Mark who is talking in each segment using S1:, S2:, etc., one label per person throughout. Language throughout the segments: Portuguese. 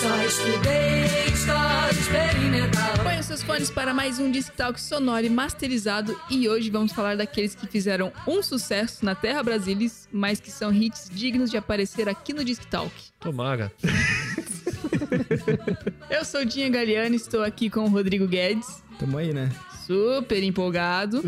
S1: Só estudei história experimental.
S2: Põe os seus fones para mais um Disc Talk sonoro e masterizado e hoje vamos falar daqueles que fizeram um sucesso na Terra Brasilis, mas que são hits dignos de aparecer aqui no Disc Talk.
S3: Tomara.
S2: Eu sou Dinha Galeano, estou aqui com o Rodrigo Guedes,
S4: Tamo aí, né?
S2: super empolgado.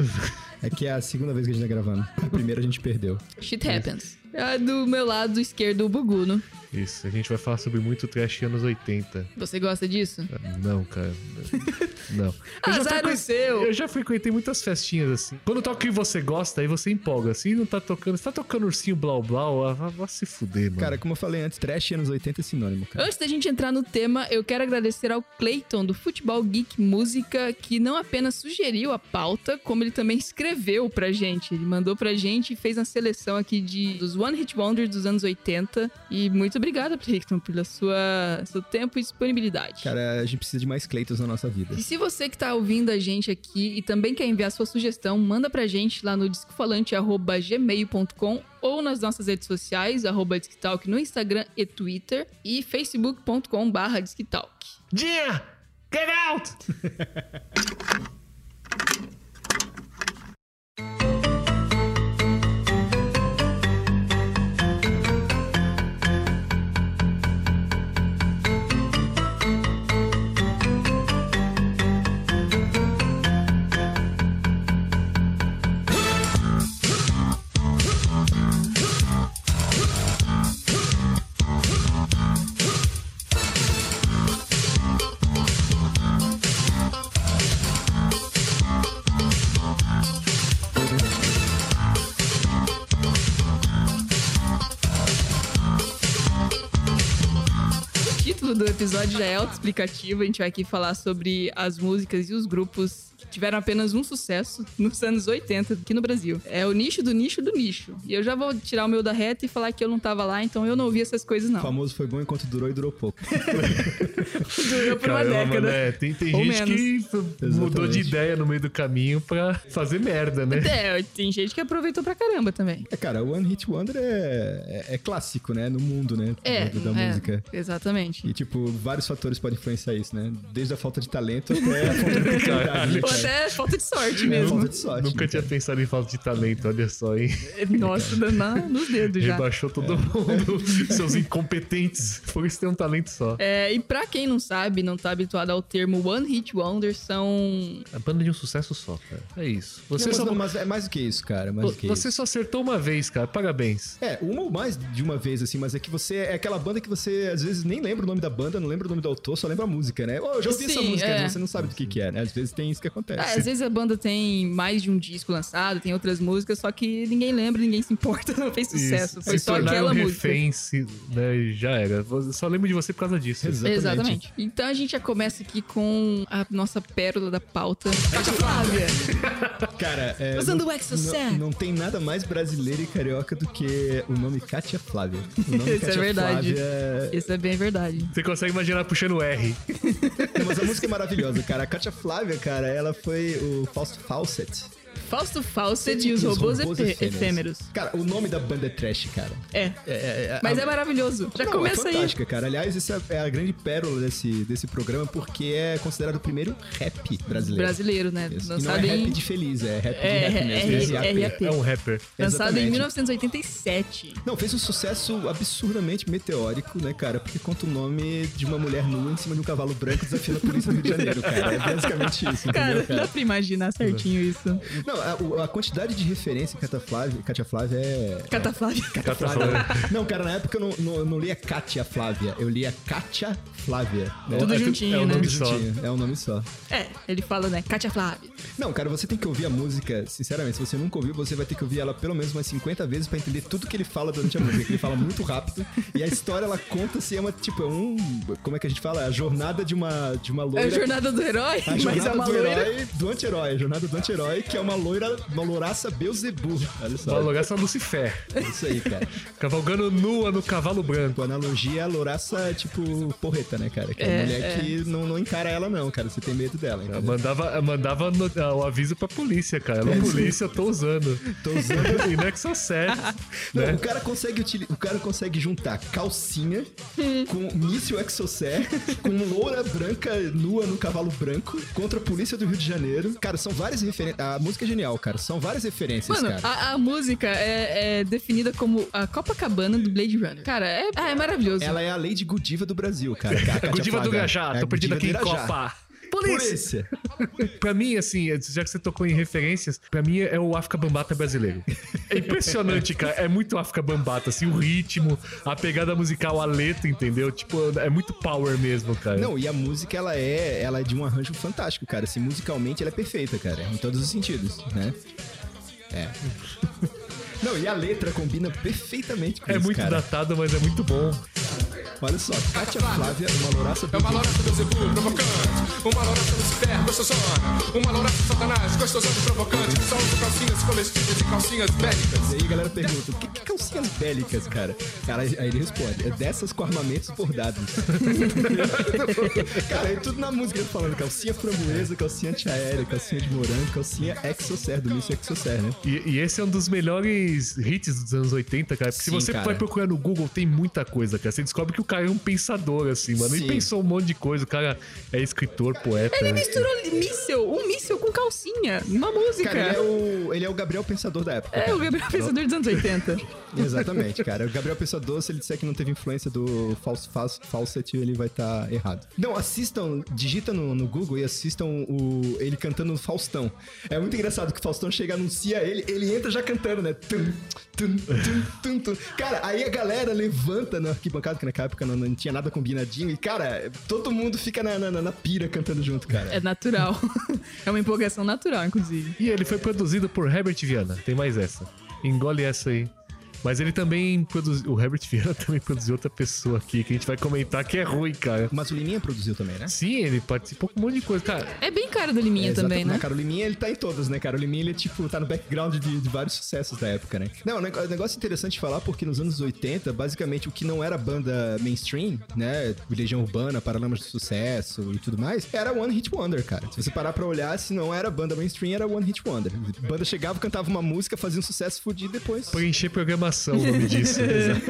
S4: É que é a segunda vez que a gente tá gravando. A primeira a gente perdeu.
S2: Shit happens. Ah, Do meu lado esquerdo, o Buguno.
S3: Isso, a gente vai falar sobre muito trash anos 80.
S2: Você gosta disso?
S3: Ah, Não, cara. Não.
S2: Azar o
S3: frequen-
S2: Ah, seu.
S3: Eu já frequentei muitas festinhas assim. Quando toca o que você gosta, aí você empolga. Se não tá tocando, se tá tocando ursinho blau blau, ah, vá, vá se fuder, mano.
S4: Cara, como eu falei antes, trash anos 80 é sinônimo, cara.
S2: Antes da gente entrar no tema, eu quero agradecer ao Clayton do Futebol Geek Música, que não apenas sugeriu a pauta, como ele também escreveu pra gente. Ele mandou pra gente e fez uma seleção aqui de dos One Hit Wonders dos anos 80. E muito obrigada, Clayton, pelo sua, seu tempo e disponibilidade.
S4: Cara, a gente precisa de mais Cleitos na nossa vida.
S2: E se você que tá ouvindo a gente aqui e também quer enviar sua sugestão, manda pra gente lá no discofalante.gmail.com ou nas nossas redes sociais, arroba Disquetalk no Instagram e Twitter e facebook.com barra Disquetalk.
S3: Dia! Get out!
S2: O título do episódio já é autoexplicativo, a gente vai aqui falar sobre as músicas e os grupos que tiveram apenas um sucesso nos anos 80 aqui no Brasil. É o nicho do nicho do nicho. E eu já vou tirar o meu da reta e falar que eu não tava lá, então eu não ouvi essas coisas
S4: O
S2: não.
S4: famoso foi bom enquanto durou e durou pouco.
S2: Durou por uma
S3: Caramba,
S2: década.
S3: né? Tem, tem
S2: Ou
S3: gente que mudou de
S4: Exatamente.
S3: ideia no meio do caminho pra fazer merda, né?
S2: É, tem gente que aproveitou pra caramba também.
S4: É, cara, o One Hit Wonder é, é, é clássico, né? No mundo, né?
S2: É,
S4: Do- da
S2: é,
S4: música.
S2: Exatamente.
S4: E, tipo, vários fatores podem influenciar isso, né? Desde a falta de talento até a falta de oportunidade.
S2: Ou
S4: cara.
S2: até falta de sorte
S4: É, a
S2: mesmo.
S4: falta de sorte.
S3: Nunca tinha pensado em falta de talento, olha só, hein?
S2: Nossa, dando na- nos dedos já.
S3: Rebaixou todo
S4: É.
S3: mundo, seus incompetentes. Por isso tem um talento só.
S2: É, e pra quem não sabe, não tá habituado ao termo One Hit Wonder, são.
S3: A banda de um sucesso só, cara. É isso. Você,
S4: Não, mas,
S3: só,
S4: não,
S2: um
S4: mas é mais do que isso, cara. Mais do que isso.
S3: você só acertou uma vez, cara. Parabéns.
S4: É, uma ou mais de uma vez, assim, mas é que você. É aquela banda que você às vezes nem lembra o nome da banda, não lembra o nome do autor, só lembra a música, né? Ô, eu já ouvi essa
S2: Sim,
S4: música,
S2: é.
S4: mas você não sabe do que, que é, né? Às vezes tem isso que
S2: É,
S4: acontece.
S2: às vezes a banda tem mais de um disco lançado, tem outras músicas, só que ninguém lembra, ninguém se importa, não fez sucesso.
S3: Isso.
S2: Foi
S3: Se
S2: só
S3: tornaram
S2: aquela música.
S3: refém, se- né, já era. Eu Só lembro de você por causa disso.
S2: Exatamente. Então a gente já começa aqui com a nossa pérola da pauta. Caixa Flávia!
S4: Cara, é,
S2: Usando
S4: não-
S2: o Exocet.
S4: Não, não tem nada mais brasileiro e carioca do que o nome Kátia Flávia. O nome
S2: Isso é
S4: Kátia
S2: verdade.
S4: Flávia.
S2: Isso é bem verdade.
S3: Você consegue imaginar puxando R.
S4: Não, Mas a música é maravilhosa, cara. A Kátia Flávia, cara, ela foi o Fausto Fawcett.
S2: Fausto Fawcett e os robôs, efê- efêmeros.
S4: Cara, o nome da banda é trash, cara.
S2: É.
S4: É, é,
S2: Mas
S4: a-
S2: é maravilhoso. Já
S4: Não,
S2: começa
S4: é
S2: aí.
S4: fantástica, cara. Aliás, essa é a grande pérola desse, desse programa, porque é considerado o primeiro rap brasileiro.
S2: Brasileiro, né?
S4: Isso. E não é
S2: Lançado
S4: rap
S2: em.
S4: de feliz, é rap de
S2: É,
S4: rap
S2: é,
S4: mesmo.
S2: é,
S4: rap.
S2: é, é.
S3: É um rapper.
S2: Lançado em
S4: Exatamente.
S2: 1987.
S4: Não, fez um sucesso absurdamente meteórico, né, cara? Porque conta o nome de uma mulher nua em cima de um cavalo branco desafiando a polícia do Rio de Janeiro, cara. É basicamente isso,
S2: Cara,
S4: entendeu,
S2: dá
S4: cara?
S2: pra imaginar certinho isso.
S4: Não, a, o- a quantidade de referência em Cátia Flávia, Cátia Flávia é...
S2: Cataflávia.
S3: Catafalco.
S4: Não, cara, na época eu não, não, eu não lia Cátia Flávia, eu lia Cátia Flávia. né?
S2: Tudo
S3: É,
S2: juntinho,
S3: é o
S2: né?
S3: nome
S4: Tudo
S3: só.
S4: juntinho, É um nome só.
S2: É, ele fala, né? Cátia Flávia.
S4: Não, cara, você tem que ouvir a música, sinceramente. Se você nunca ouviu, você vai ter que ouvir ela pelo menos umas 50 vezes pra entender tudo que ele fala durante a música. Ele fala muito rápido. E a história, ela conta se é uma, tipo, é um. Como é que a gente fala? É a jornada de uma, de uma
S2: É
S4: loira.
S2: a jornada do herói,
S4: A tá, jornada
S2: mas é uma
S4: do
S2: loira.
S4: herói, do anti-herói. A jornada do anti-herói, que é uma loira, uma louraça Beuzebu. Olha só.
S3: Valoraça Lucifer.
S4: É isso aí, cara.
S3: Cavalgando nua no cavalo branco.
S4: Com analogia, é a louraça, tipo, porreta, né, cara? Que é,
S2: É,
S4: a mulher
S2: é.
S4: que não, não encara ela, não, cara. Você tem medo dela,
S3: Ela
S4: entendeu?
S3: Mandava, ela mandava no- ah, o aviso pra polícia, cara. Ela,
S4: É,
S3: polícia, eu tô usando.
S4: Tô usando
S3: E não é que só serve,
S4: Não,
S3: né?
S4: o cara consegue utili- o cara consegue juntar calcinha com míssil Exocé, com loura branca nua no cavalo branco, contra a polícia do Rio de Janeiro. Cara, são várias referências. A música é genial, cara. São várias referências,
S2: Mano,
S4: cara.
S2: a, a música é, é definida como a Copacabana do Blade Runner. Cara, é, ah, é maravilhoso.
S4: Ela é a Lady Gudiva do Brasil, cara. A Cátia
S3: Gudiva do
S4: Fraga.
S3: Gajá,
S4: É
S3: tô
S4: a
S3: perdido
S4: Gudiva
S3: aqui em
S4: do Irajá.
S3: Copa.
S4: Polícia!
S3: Pra mim, assim, já que você tocou em referências, pra mim é o África Bambata brasileiro. É impressionante, cara. É muito África Bambata, assim, o ritmo, a pegada musical, a letra, entendeu? Tipo, é muito power mesmo, cara.
S4: Não, e a música, ela é, ela é de um arranjo fantástico, cara. Assim, musicalmente, ela é perfeita, cara. Em todos os sentidos, né? É. Não, e a letra combina perfeitamente com
S3: é
S4: isso,
S3: muito
S4: cara.
S3: datado, mas é muito bom.
S4: Olha só, Kátia Flávia, uma louraça
S5: É uma louraça do Zebu, provocante. Uma louraça Lucifer, gostosona. Uma louraça Satanás, gostosona e provocante. Só usa calcinhas comestíveis e calcinhas bélicas.
S4: E aí a galera pergunta, o que, que calcinhas bélicas, cara? cara? Aí ele responde, é dessas com armamentos bordados. cara, é tudo na música ele falando, calcinha framboesa, calcinha antiaérea, calcinha de morango, calcinha exocer, do míssil exocer, né?
S3: E, e esse é um dos melhores hits dos anos 80, cara. Porque se
S4: Sim,
S3: você
S4: cara.
S3: vai procurar no Google, tem muita coisa, cara. Você descobre que o cara é um pensador, assim, mano. E
S4: Sim.
S3: pensou um monte de coisa. O cara é escritor, poeta.
S2: Ele
S3: né?
S2: misturou míssel, um míssel com calcinha, numa música.
S4: Cara, ele é o, ele é o Gabriel Pensador da época.
S2: É, o Gabriel Pensador dos anos 80.
S4: Exatamente, cara. O Gabriel é Pensador, se ele disser que não teve influência do falso, falso, falsete, ele vai estar errado. Não, assistam, digita no, no Google e assistam o, ele cantando o Faustão. É muito engraçado que o Faustão chega, anuncia ele, ele entra já cantando, né? Tum, tum, tum, tum, tum. Cara, aí a galera levanta na arquibancada, que naquela época não, não tinha nada combinadinho, e, cara, todo mundo fica na, na, na- na pira cantando junto, cara.
S2: É natural. É uma empolgação natural, inclusive.
S3: E ele foi produzido por Herbert Viana. Tem mais essa. Engole essa aí. Mas ele também produziu. O Herbert Viana também produziu outra pessoa aqui que a gente vai comentar que é ruim, cara.
S4: Mas o Liminha produziu também, né?
S3: Sim, ele participou com um monte de coisa. Cara,
S2: É bem cara do Liminha
S4: É,
S2: também,
S4: exato.
S2: né?
S4: Não, Cara, o Liminha, ele tá em todas, né, cara? O Liminha, ele, tipo, tá no background de, de vários sucessos da época, né? Não, o nego- o negócio interessante de falar, porque nos anos 80, basicamente, o que não era banda mainstream, né? Legião Urbana, Paralamas do Sucesso e tudo mais, era One Hit Wonder, cara. Se você parar pra olhar, se não era banda mainstream, era One Hit Wonder. A banda chegava, cantava uma música, fazia um sucesso fudido e depois...
S3: preencher programação, o nome disso. né?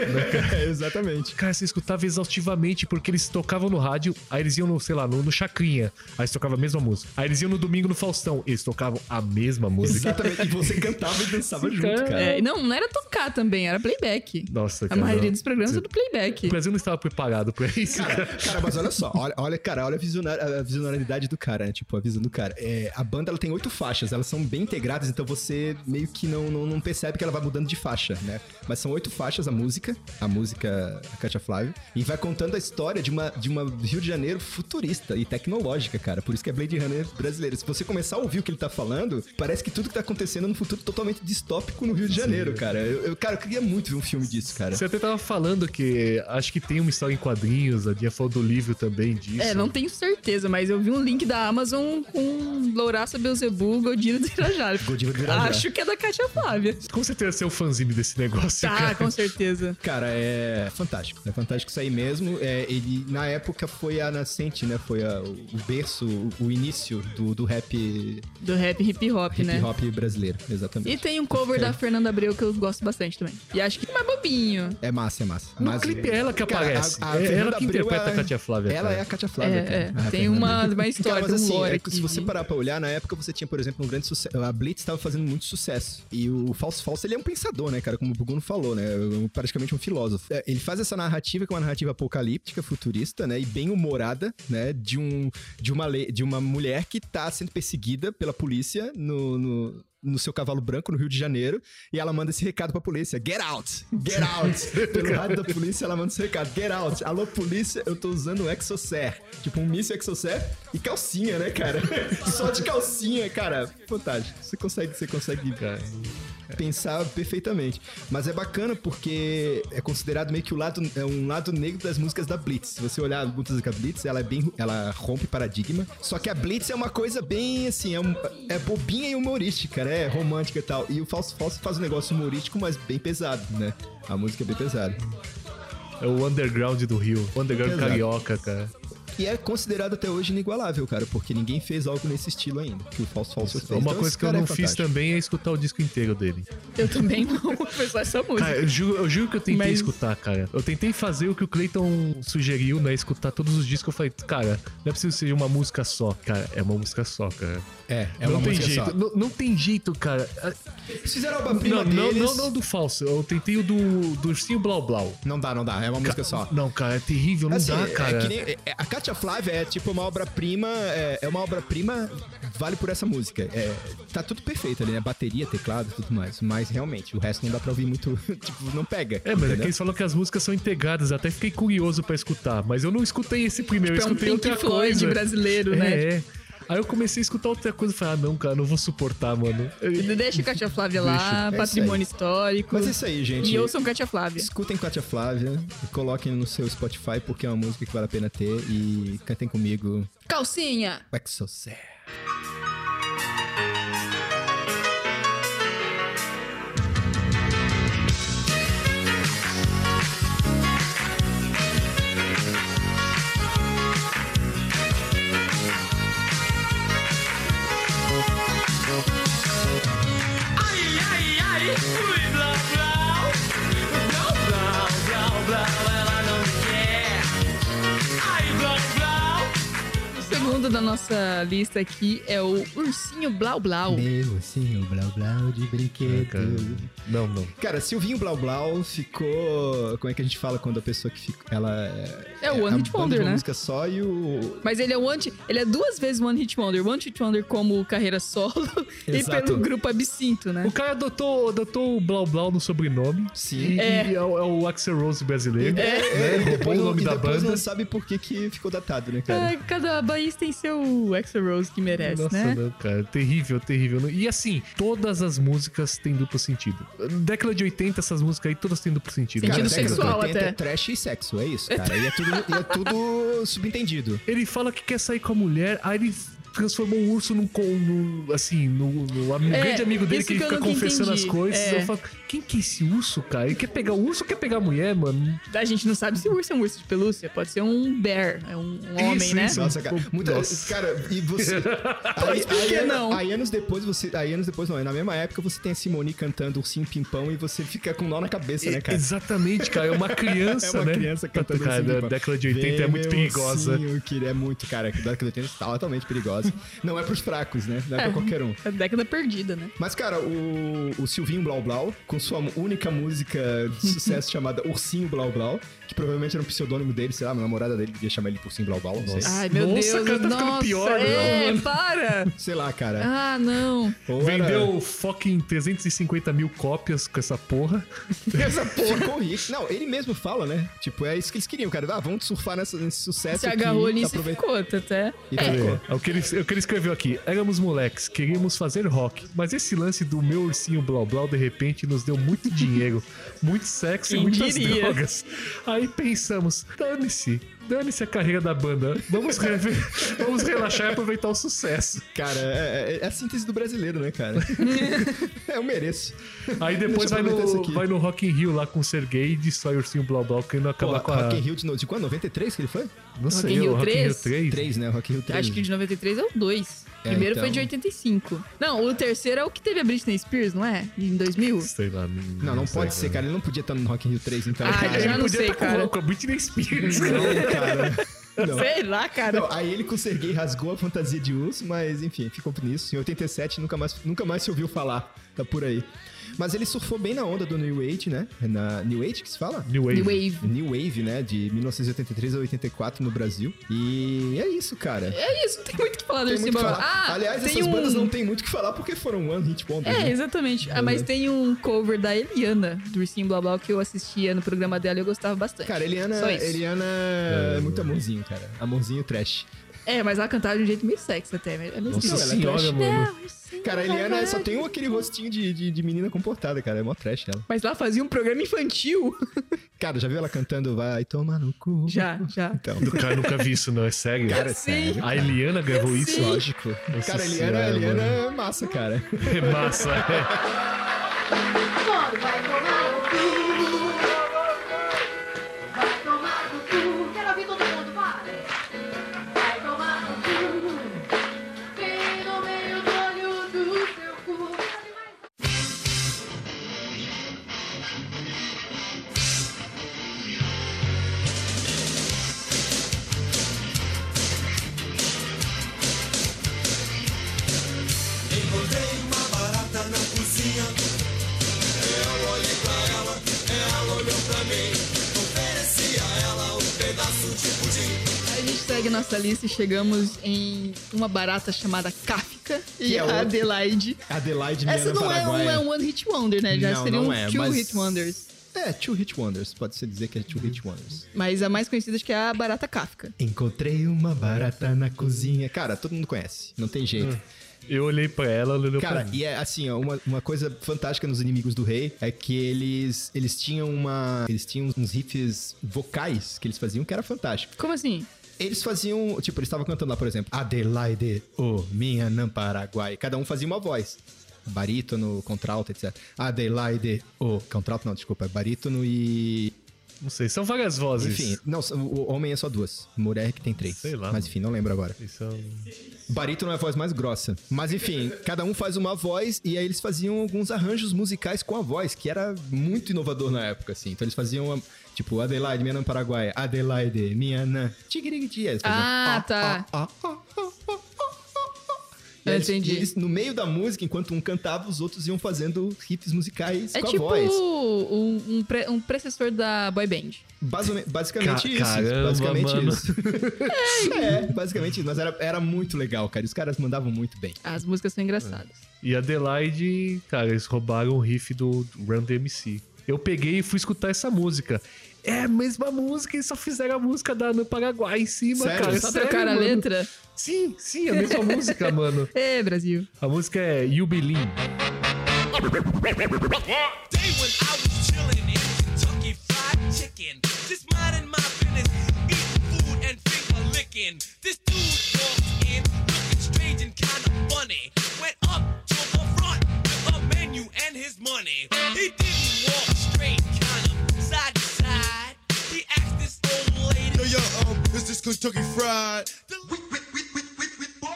S4: É, exatamente.
S3: Cara, você escutava exaustivamente, porque eles tocavam no rádio, aí eles iam no, sei lá, no, no Chacrinha, aí eles tocavam a mesma música. Aí eles iam no domingo no Faustão, eles tocavam a mesma música.
S4: Exatamente. E você cantava e dançava junto,
S3: cara.
S4: cara.
S2: É, não, não era tocar também, era playback.
S3: Nossa,
S2: A
S3: cara.
S2: maioria dos programas
S3: Você-
S2: é do playback.
S3: O Brasil não estava preparado pra isso.
S4: Cara, cara, mas olha só, olha, olha, cara, olha a, visionar- a visionariedade do cara, né? Tipo, a visão do cara. É, a banda ela tem oito faixas, elas são bem integradas, então você meio que não, não, não percebe que ela vai mudando de faixa, né? Mas são oito faixas a música, a música da Katia Flávio, e vai contando a história de uma, de uma Rio de Janeiro futurista e tecnológica, cara. Por isso que é Blade Runner brasileira. Se você começar a ouvir o que ele tá falando, parece que tudo que tá acontecendo é num futuro totalmente distópico no Rio de Janeiro, cara. Eu, eu- cara, eu queria muito ver um filme disso, cara.
S3: Você até tava falando que acho que tem uma história em quadrinhos, a Dinha falou do livro também disso.
S2: É, não tenho certeza, mas eu vi um link da Amazon com Louraça Beuzebu, Godinho do Irajá.
S4: Godinho do Irajá.
S2: Acho que é da Kátia Flávia.
S3: Com certeza você é o fanzine desse negócio,
S2: Tá,
S3: cara.
S2: com certeza.
S4: Cara, é fantástico. É fantástico isso aí mesmo. É, ele, na época, foi a nascente, né? Foi a- o berço, o, o início do, do rap hip
S2: Do rap hip hop, né?
S4: hop brasileiro.
S2: E
S4: Exatamente.
S2: tem um cover da Fernanda Abreu que eu gosto bastante também. E acho que é mais bobinho.
S4: É massa, é massa.
S3: No
S4: Mas-
S3: clipe é ela que
S4: Cara,
S3: aparece.
S4: a- a
S3: é ela
S4: Fernanda
S3: que
S4: Abreu,
S3: interpreta
S4: ela-
S3: a Katia Flávia.
S4: Ela
S3: cara.
S4: é a Katia Flávia,
S2: É,
S4: cara.
S2: é.
S4: A
S2: Tem
S4: Fernanda
S2: uma-
S4: Abreu.
S2: uma história,
S4: Cara,
S2: tem
S4: mas
S2: um
S4: assim,
S2: lore
S4: é que se
S2: que-
S4: você parar pra olhar, na época você tinha, por exemplo, um grande sucesso. A Blitz estava fazendo muito sucesso. E o Falso Falso, ele é um pensador, né, cara? Como o Buguno falou, né? Um- Praticamente um filósofo. É, Ele faz essa narrativa, que é uma narrativa apocalíptica, futurista, né? E bem humorada, né? De, um, de, uma, le- de uma mulher que tá sendo perseguida pela polícia no... no- no seu cavalo branco no Rio de Janeiro, e ela manda esse recado pra polícia: Get out! Get out! Pelo rádio da polícia, ela manda esse recado: Get out! Alô, polícia, eu tô usando um Exocer. Tipo, um míssil Exocer e calcinha, né, cara? Só de calcinha, cara. Fantástico. Você consegue, você consegue
S3: Cara,
S4: pensar perfeitamente. Mas é bacana porque é considerado meio que o lado, é um lado negro das músicas da Blitz. Se você olhar a música da Blitz, ela é bem, ela rompe paradigma. Só que a Blitz é uma coisa bem assim, é, um- é bobinha e humorística, né? É romântica e tal. E o Falso Falso faz um negócio humorístico, mas bem pesado, né? A música é bem pesada.
S3: É o underground do Rio. O underground
S4: Exato.
S3: carioca, cara.
S4: E é considerado até hoje inigualável, cara, porque ninguém fez algo nesse estilo ainda, que o Fausto Fausto fez.
S3: Uma
S4: Então,
S3: coisa
S4: esse
S3: que eu
S4: cara
S3: não
S4: é
S3: fiz
S4: fantástico.
S3: também é escutar o disco inteiro dele.
S2: Eu também não foi só essa música.
S3: Cara, eu juro, eu juro que eu tentei
S2: Mas-
S3: escutar, cara. Eu tentei fazer o que o Clayton sugeriu, né? Escutar todos os discos. Eu falei, cara, não é possível que seja uma música só. Cara, é uma música só, cara.
S6: É, é
S3: não
S6: uma
S3: tem
S6: música
S3: jeito.
S6: só.
S3: Não, não tem jeito, cara. É,
S4: Eles fizeram a obra-prima
S3: Não, não,
S4: deles.
S3: não, não do falso. Eu tentei o do, do ursinho Blau Blau.
S6: Não dá, não dá. É uma música só.
S3: Não, cara, é terrível, não
S4: Assim,
S3: dá,
S4: é
S3: cara.
S4: que nem- é- é- a Katia Flávia é tipo uma obra-prima, é, é uma obra-prima, vale por essa música. É, tá tudo perfeito ali, né? Bateria, teclado e tudo mais. Mas realmente, o resto não dá pra ouvir muito, tipo, não pega.
S3: É, mas é que
S4: entendeu?
S3: eles falam que as músicas são integradas. Até fiquei curioso pra escutar. Mas eu não escutei esse primeiro,
S2: Tipo, é
S3: eu
S2: um
S3: escutei
S2: Pink
S3: outra
S2: Floyd
S3: coisa.
S2: brasileiro,
S3: é,
S2: né?
S3: é. Aí eu comecei a escutar outra coisa e falei, ah, não, cara, não vou suportar, mano.
S2: Deixa o Cátia Flávia lá,
S4: É. Deixa, é
S2: patrimônio histórico.
S4: Mas é isso aí, gente.
S2: E ouçam Cátia Flávia.
S4: Escutem Katia Flávia, coloquem no seu Spotify, porque é uma música que vale a pena ter. E cantem comigo, é
S2: Calcinha!
S4: Exocé.
S2: O segundo da nossa lista aqui é o Ursinho Blau Blau.
S4: Meu sim, o blau blau de brinquedo.
S3: Ah, Cara, não, não.
S4: Cara, Silvinho Blau Blau ficou. Como é que a gente fala quando a pessoa que fica. Ela.
S2: É o One
S4: a
S2: Hit
S4: banda
S2: Wonder,
S4: de uma
S2: né?
S4: música só e o.
S2: Mas ele é o anti, ele é duas vezes One Hit Wonder. One Hit Wonder como carreira solo e
S4: Exato.
S2: pelo grupo Absinto, né?
S3: O cara adotou, adotou o Blau Blau no sobrenome.
S4: Sim.
S3: E é, o- é o Axel Rose brasileiro. É, né?
S4: E
S3: Roubou
S4: depois,
S3: o nome
S4: e
S3: da
S4: depois
S3: banda.
S4: não sabe por que, que ficou datado, né, cara?
S2: É, cada país tem seu Axel Rose que merece,
S3: Nossa,
S2: né?
S3: não, cara. Terrível, terrível. E assim, todas as músicas têm duplo sentido. Década de 80, essas músicas aí todas têm duplo sentido.
S2: Sentido
S3: cara.
S4: Cara, década de
S2: sexual
S4: 80
S2: até.
S4: É trash e sexo, é isso, cara. E é tudo, e é tudo subentendido.
S3: Ele fala que quer sair com a mulher, aí ele transformou o urso num. con- num- assim, no, no- no
S2: É,
S3: grande amigo dele
S2: isso
S3: que,
S2: que eu
S3: fica
S2: nunca
S3: confessando as
S2: entendi.
S3: coisas.
S2: É.
S3: Eu falo, quem que é esse urso, cara? Ele quer pegar o urso ou quer pegar a mulher, mano?
S2: A gente não sabe se o urso é um urso de pelúcia, pode ser um bear, é um, um homem,
S3: Isso,
S2: né?
S3: isso.
S4: Nossa, cara. Muita,
S3: Nossa.
S4: Cara, e você. aí,
S2: por que
S4: aí-
S2: não?
S4: Aí anos depois, você. Aí anos depois, não. é Na mesma época você tem a Simone cantando Ursinho Pimpão e você fica com nó na cabeça, né, cara?
S3: Exatamente, cara. É uma criança,
S4: É uma
S3: né?
S4: criança cantando
S3: Cara,
S4: assim,
S3: a
S4: tipo,
S3: década de 80 é
S4: "Vem,
S3: muito
S4: meu
S3: perigosa.
S4: ursinho", que é muito, cara. A década de 80 é totalmente perigosa. Não é pros fracos, né? Não é, pra qualquer um.
S2: É década perdida, né?
S4: Mas, cara, o, o Silvinho Blau Blau, com sua única música de sucesso chamada Ursinho Blau Blau, que provavelmente era um pseudônimo dele, sei lá, a namorada dele devia chamar ele por Ursinho Blau Blau, não sei.
S2: Ai, meu
S3: Nossa,
S2: Deus.
S3: cara, tá ficando
S2: nossa,
S3: pior, né,
S2: é, para!
S4: Sei lá, cara.
S2: Ah, não.
S4: Ou era-
S3: Vendeu fucking 350 mil cópias com essa porra.
S4: Essa porra ficou rico. Não, ele mesmo fala, né? Tipo, é isso que eles queriam, cara. Ah, vamos surfar nessa- nesse sucesso
S2: Se
S4: aqui,
S2: agarrou nisso e
S4: aproveita-
S2: ficou, tá até.
S4: E ficou.
S3: É o que ele, é o que ele escreveu aqui. Éramos moleques, queríamos fazer rock. Mas esse lance do meu ursinho Blau Blau, de repente, nos deu muito dinheiro, muito sexo e
S2: Quem
S3: muitas
S2: diria?
S3: drogas. Aí pensamos, dane-se. Dane-se a carreira da banda. Vamos, rever, vamos relaxar e aproveitar o sucesso.
S4: Cara, é, é- é a síntese do brasileiro, né, cara? É, eu mereço.
S3: Aí depois
S4: Deixa eu
S3: vai
S4: aproveitar isso
S3: no,
S4: aqui.
S3: vai no Rock in Rio lá com o Sergei e destrói o ursinho Blau Blau, querendo acabar
S4: Pô,
S3: com a...
S4: Rock in Rio de novo. De quando? 93 que ele foi?
S3: Não
S2: Rock
S3: sei,
S2: in Rio
S3: o Rock in Rio
S2: 3?
S3: 3?
S4: 3, né? Rock in Rio 3.
S2: Acho que o de 93 é o 2.
S4: É,
S2: Primeiro foi
S4: então.
S2: de 85. Não, o terceiro é o que teve a Britney Spears, não é? Em 2000.
S3: Sei lá.
S4: Não, não
S3: sei, né?
S4: pode ser, cara. Ele não podia estar no Rock in Rio 3, então.
S2: Ah,
S4: cara.
S2: já
S3: Ele
S2: não
S3: podia
S2: sei,
S3: estar com,
S2: cara.
S3: com a Britney Spears.
S4: Não, cara. Não.
S2: Sei lá, cara.
S4: Não, aí ele com o Sergei rasgou a fantasia de urso, mas enfim, ficou nisso. Em 87 nunca mais, nunca mais se ouviu falar. Tá por aí. Mas ele surfou bem na onda do New Age, né? Na New Age que se fala?
S3: New
S2: The
S3: Wave.
S2: Wave.
S4: New Wave, né? De 1983 a 84 no Brasil. E é isso, cara.
S2: É isso, não tem muito o que falar do
S4: Tem
S2: Ursinho
S4: muito o que
S2: Blau.
S4: falar.
S2: Ah,
S4: Aliás,
S2: tem
S4: essas
S2: um...
S4: bandas não tem muito o que falar porque foram One Hit Wonder.
S2: É,
S4: né?
S2: exatamente. Ah, mas tem um cover da Eliana, do Ursinho Blá Blá, que eu assistia no programa dela e eu gostava bastante.
S4: Cara, Eliana,
S2: Só isso.
S4: Eliana é muito amorzinho, cara. Amorzinho trash.
S2: É, mas ela cantava de um jeito meio sexy até. mas- mas-
S3: Nossa
S4: Não, ela é
S3: senhora,
S4: trash.
S3: mano.
S4: Cara, a Eliana só tem aquele rostinho de, de, de menina comportada, cara. É mó trash ela.
S2: Mas lá fazia um programa infantil.
S4: Cara, já viu ela cantando Vai tomar no cu?
S2: Já, já.
S4: Então,
S3: Cara, eu nunca vi isso, não. É sério?
S2: Sim.
S3: A Eliana gravou isso?
S4: lógico.
S3: Nossa
S4: cara, a Eliana,
S3: senhora,
S4: a Eliana
S3: mano.
S4: é massa, cara.
S3: É massa. é.
S7: Agora vai tomar no cu. Vai tomar no cu. Quero ouvir todo mundo, vai.
S2: A gente segue nossa lista e chegamos em uma barata chamada Kafka e
S4: é outra.
S2: a Adelaide.
S4: Adelaide,
S2: Essa
S4: Miana,
S2: não é um,
S4: Paraguai.
S2: é um One Hit Wonder, né? Já
S4: Não,
S2: seria
S4: não
S2: um
S4: é,
S2: Two
S4: mas-
S2: Hit Wonders.
S4: É, Two Hit Wonders. Pode-se dizer que é Two Hit Wonders.
S2: Mas a mais conhecida acho que é a barata Kafka.
S4: Encontrei uma barata na cozinha. Cara, todo mundo conhece. Não tem jeito.
S3: Eu olhei pra ela, ela olhou pra
S4: Cara,
S3: mim.
S4: e é assim, ó, uma, uma coisa fantástica nos inimigos do rei é que eles, eles tinham uma. Eles tinham uns riffs vocais que eles faziam que era fantástico.
S2: Como assim?
S4: Eles faziam, tipo, eles estavam cantando lá, por exemplo, Adelaide, oh, minha nam Paraguai. Cada um fazia uma voz. Barítono, contralto, etc. Adelaide, oh, contralto não, desculpa, é barítono e.
S3: Não sei, são várias vozes.
S4: Enfim, não, o homem é só duas. Mulher é que tem três.
S3: Sei lá,
S4: Mas
S3: mano.
S4: enfim, não lembro agora.
S3: Isso é um-
S4: Barítono é a voz mais grossa. Mas enfim, cada um faz uma voz e aí eles faziam alguns arranjos musicais com a voz, que era muito inovador na época, assim. Então eles faziam, uma- tipo, Adelaide, minha nam Paraguai, Adelaide, minha nam. Tigirigiti. Eles faziam,
S2: Ah, tá.
S4: ah, ah, ah, ah, ah, ah. E
S2: Eu
S4: eles-
S2: entendi.
S4: e eles, no meio da música, enquanto um cantava, os outros iam fazendo riffs musicais
S2: É
S4: com a
S2: tipo
S4: voz.
S2: um, um, pre- um precessor da boy band.
S4: Basome- basicamente
S3: Ca-
S4: isso.
S3: caramba,
S4: basicamente
S3: mano.
S4: isso. é, basicamente isso. Mas era, era muito legal, cara. Os caras mandavam muito bem.
S2: As músicas são engraçadas.
S3: E Adelaide, cara, eles roubaram o riff do do Run DMC. Eu peguei e fui escutar essa música. É a mesma música, eles só fizeram a música da no Paraguai em cima,
S4: Sério?
S3: cara.
S2: Só
S3: sério,
S2: trocaram a
S3: mano.
S2: letra.
S3: Sim, sim, a mesma música, mano.
S2: É, Brasil.
S3: A música é Yubilin.
S6: Day when I was chillin' in Kentucky Fried Chicken, just minding my business, eating food and finger licking. This dude walked in, looking strange and kinda funny. Went up to the front with a menu and his money. He didn't walk straight, kinda side to side. He asked this old lady.
S5: Yo, yo, um, is this Kentucky Fried?
S6: The wait, wait, wait, wait, wait, wait, boy.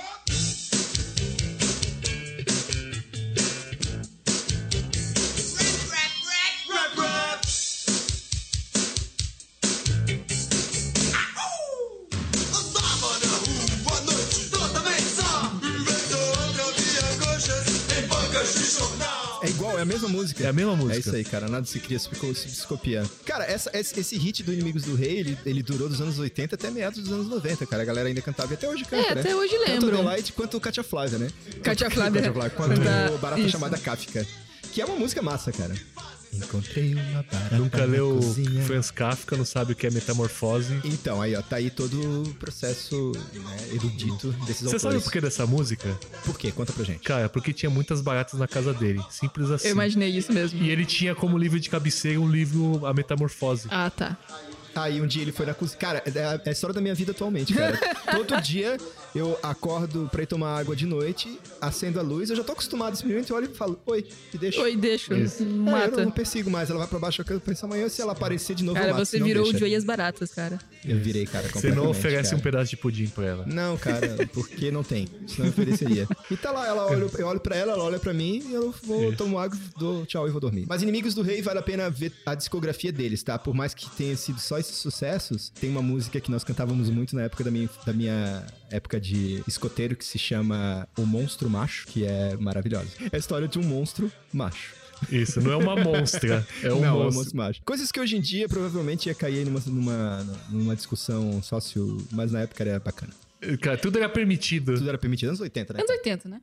S6: Rap, rap, rap, rap, rap.
S4: É igual, é a mesma música.
S3: É a mesma música.
S4: É isso aí, cara. Nada se cria, se, ficou- se descopia. Cara, essa- esse, esse hit do Inimigos do Rei, ele, ele durou dos anos 80 até meados dos anos 90, cara. A galera ainda cantava e até hoje canta,
S2: É,
S4: né?
S2: até hoje
S4: Tanto
S2: lembram.
S4: o Delight quanto o Katia Flávia, né?
S2: Katia Flávia.
S4: Katia Flávia quanto
S2: Canta-
S4: o Barata
S2: isso.
S4: Chamada Kafka. Que é uma música massa, cara. Encontrei uma barata
S3: Nunca
S4: na
S3: leu
S4: cozinha.
S3: Franz Kafka, não sabe o que é metamorfose.
S4: Então, aí, ó. Tá aí todo o processo né, erudito desses
S3: Você
S4: autores.
S3: sabe o porquê dessa música?
S4: Por quê? Conta pra gente.
S3: Cara, porque tinha muitas baratas na casa dele. Simples assim.
S2: Eu imaginei isso mesmo.
S3: E ele tinha como livro de cabeceira um livro A Metamorfose.
S2: Ah, tá.
S4: Aí um dia ele foi na cozinha. Cara, é a- é a história da minha vida atualmente, cara. Todo dia eu acordo pra ir tomar água de noite, acendo a luz, eu já tô acostumado, simplesmente olho e falo, oi, e deixa.
S2: Oi, deixa. Um
S4: É, eu não-
S2: Mata.
S4: não persigo mais, ela vai pra baixo, eu penso amanhã, se ela aparecer de novo, eu
S2: Cara,
S4: mato,
S2: você
S4: senão
S2: virou o
S4: deixa.
S2: Joey e as Baratas, cara.
S4: Eu virei, cara,
S3: Você não
S4: completamente,
S3: oferece
S4: cara.
S3: um pedaço de pudim pra ela.
S4: Não, cara, porque não tem. Senão eu ofereceria. E tá lá, ela olha, eu olho pra ela, ela olha pra mim, e eu vou tomo água, dou tchau e vou dormir. Mas Inimigos do Rei vale a pena ver a discografia deles, tá? Por mais que tenha sido só esses sucessos, tem uma música que nós cantávamos muito na época da minha, da minha época de escoteiro que se chama O Monstro Macho, que é maravilhosa. É a história de um monstro macho.
S3: Isso, não é uma monstra. É um
S4: Não, é um
S3: monstro.
S4: monstro macho. Coisas que hoje em dia provavelmente ia cair numa, numa, numa discussão sócio, mas na época era bacana.
S3: Cara, tudo era permitido.
S4: Tudo era permitido, anos 80, né?
S2: Anos 80, né?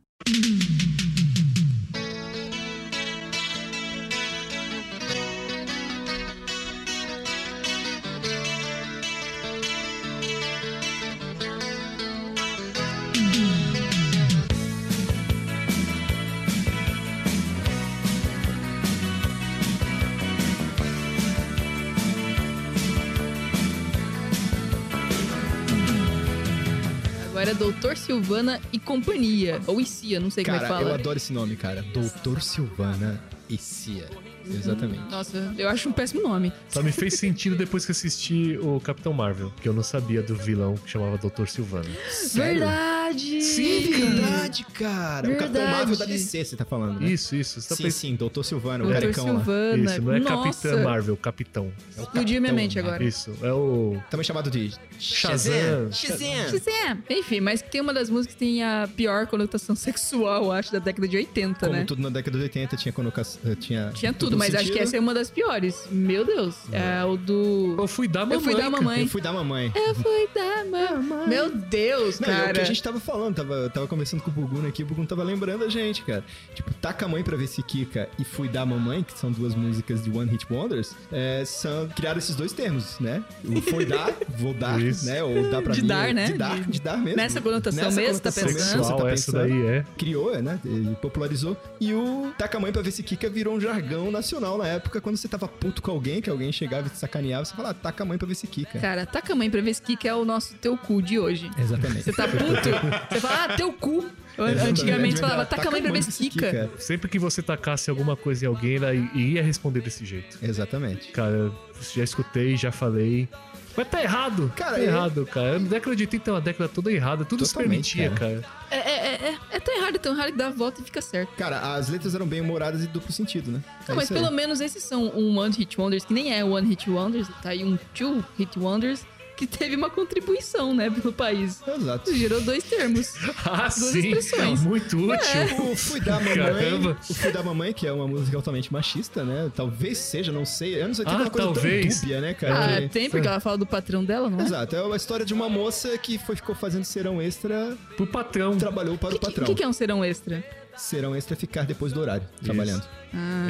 S2: Agora é Doutor Silvana e Companhia. Ou Icia, não sei como é
S4: Cara,
S2: que fala.
S4: eu adoro esse nome, cara. Doutor Silvana e Cia. Exatamente.
S2: Nossa, eu acho um péssimo nome.
S3: Só me fez sentido depois que assisti o Capitão Marvel, que eu não sabia do vilão que chamava Dr. Silvano.
S4: Sério?
S2: Verdade, verdade!
S3: Sim,
S4: Verdade, cara. O Capitão
S2: Verdade.
S4: Marvel da DC, você tá falando, né?
S3: Isso, isso. Você tá
S4: Sim,
S3: pensando-
S4: sim, Doutor Silvano, o
S2: Doutor
S4: carecão lá.
S2: Silvana.
S3: Isso, não é
S2: Nossa,
S3: Capitã Marvel, Capitão.
S2: explodiu minha
S4: Capitão
S2: mente agora.
S3: Isso, é o
S4: Também chamado de
S3: Shazam.
S4: Shazam.
S2: Shazam. Enfim, mas tem uma das músicas que tem a pior conotação sexual, acho, da década de 80,
S4: Como tá
S2: né?
S4: tudo na década de 80 tinha coloca... tinha
S2: Tinha tudo,
S4: duplo
S2: mas acho que
S4: sentido.
S2: essa é uma das piores. Meu Deus. É o do.
S3: Eu fui dar mamãe.
S2: Eu fui da
S3: cara.
S2: mamãe.
S4: Eu fui da mamãe.
S2: Eu fui da mamãe. Meu Deus,
S4: Não, é o
S2: cara.
S4: que a gente tava falando, tava, tava conversando com o Buguno aqui, o Buguno tava lembrando a gente, cara. Tipo, Taca a Mãe pra Ver Se Kika e Fui Da Mamãe, que são duas músicas de One Hit Wonders, é, são, criaram esses dois termos, né? O Fui Dar, Vou Dar,
S3: Isso.
S4: né? Ou Dá Pra
S2: De
S4: Mim.
S2: dar, né?
S4: De dar,
S2: De-
S4: de dar mesmo.
S2: nessa conotação mesmo, tá
S4: conotação mesmo,
S3: Sexual,
S4: você tá
S3: essa
S4: pensando.
S3: daí é.
S4: Criou, né? E popularizou. E o Taca a Mãe Pra Ver Se Kika virou um jargão nacional na época, quando você tava puto com alguém, que alguém chegava e te sacaneava, você falava "Ah, Taca a Mãe Pra Ver Se Kika.
S2: Cara, taca a mãe pra ver se que é o nosso teu cu de hoje.
S4: Exatamente.
S2: Você tá puto? Você fala, ah, teu cu. Eu-
S4: Exatamente,
S2: Antigamente falava,
S4: É verdade.
S2: taca a mãe pra ver se quica.
S3: Sempre que você tacasse alguma coisa em alguém, ela i- ia responder desse jeito.
S4: Exatamente.
S3: Cara, já escutei, já falei. Mas tá errado.
S4: Cara,
S3: tá
S4: é-
S3: errado, cara. A década de 80 é uma década toda errada. Tudo se
S4: Totalmente,
S3: permitia, cara.
S2: É, é, é, é, é tão errado, tão errado que dá a volta e fica certo.
S4: Cara, as letras eram bem humoradas e duplo sentido, né?
S2: Não,
S4: É
S2: mas
S4: isso
S2: pelo
S4: aí.
S2: menos esses são um One Hit Wonders, que nem é One Hit Wonders, tá aí um Two Hit Wonders, que teve uma contribuição, né, pelo país.
S4: Exato.
S2: Isso gerou dois termos.
S3: Ah, sim.
S2: expressões. É.
S3: Muito útil.
S4: O Fui da Mamãe.
S3: Caramba.
S4: O Fui da Mamãe, que é uma música altamente machista, né? Talvez seja, não sei. Anos 80 é
S3: Ah,
S4: uma coisa
S3: talvez.
S4: tão dúbia, né, cara?
S2: Ah,
S4: Que-
S2: tem, porque ela fala do patrão dela, não é?
S4: Exato, é uma história de uma moça que foi, ficou fazendo serão extra,
S3: Pro patrão.
S4: trabalhou para
S2: O
S4: o patrão.
S2: que, que é um serão extra?
S4: Serão extra é ficar depois do horário, trabalhando.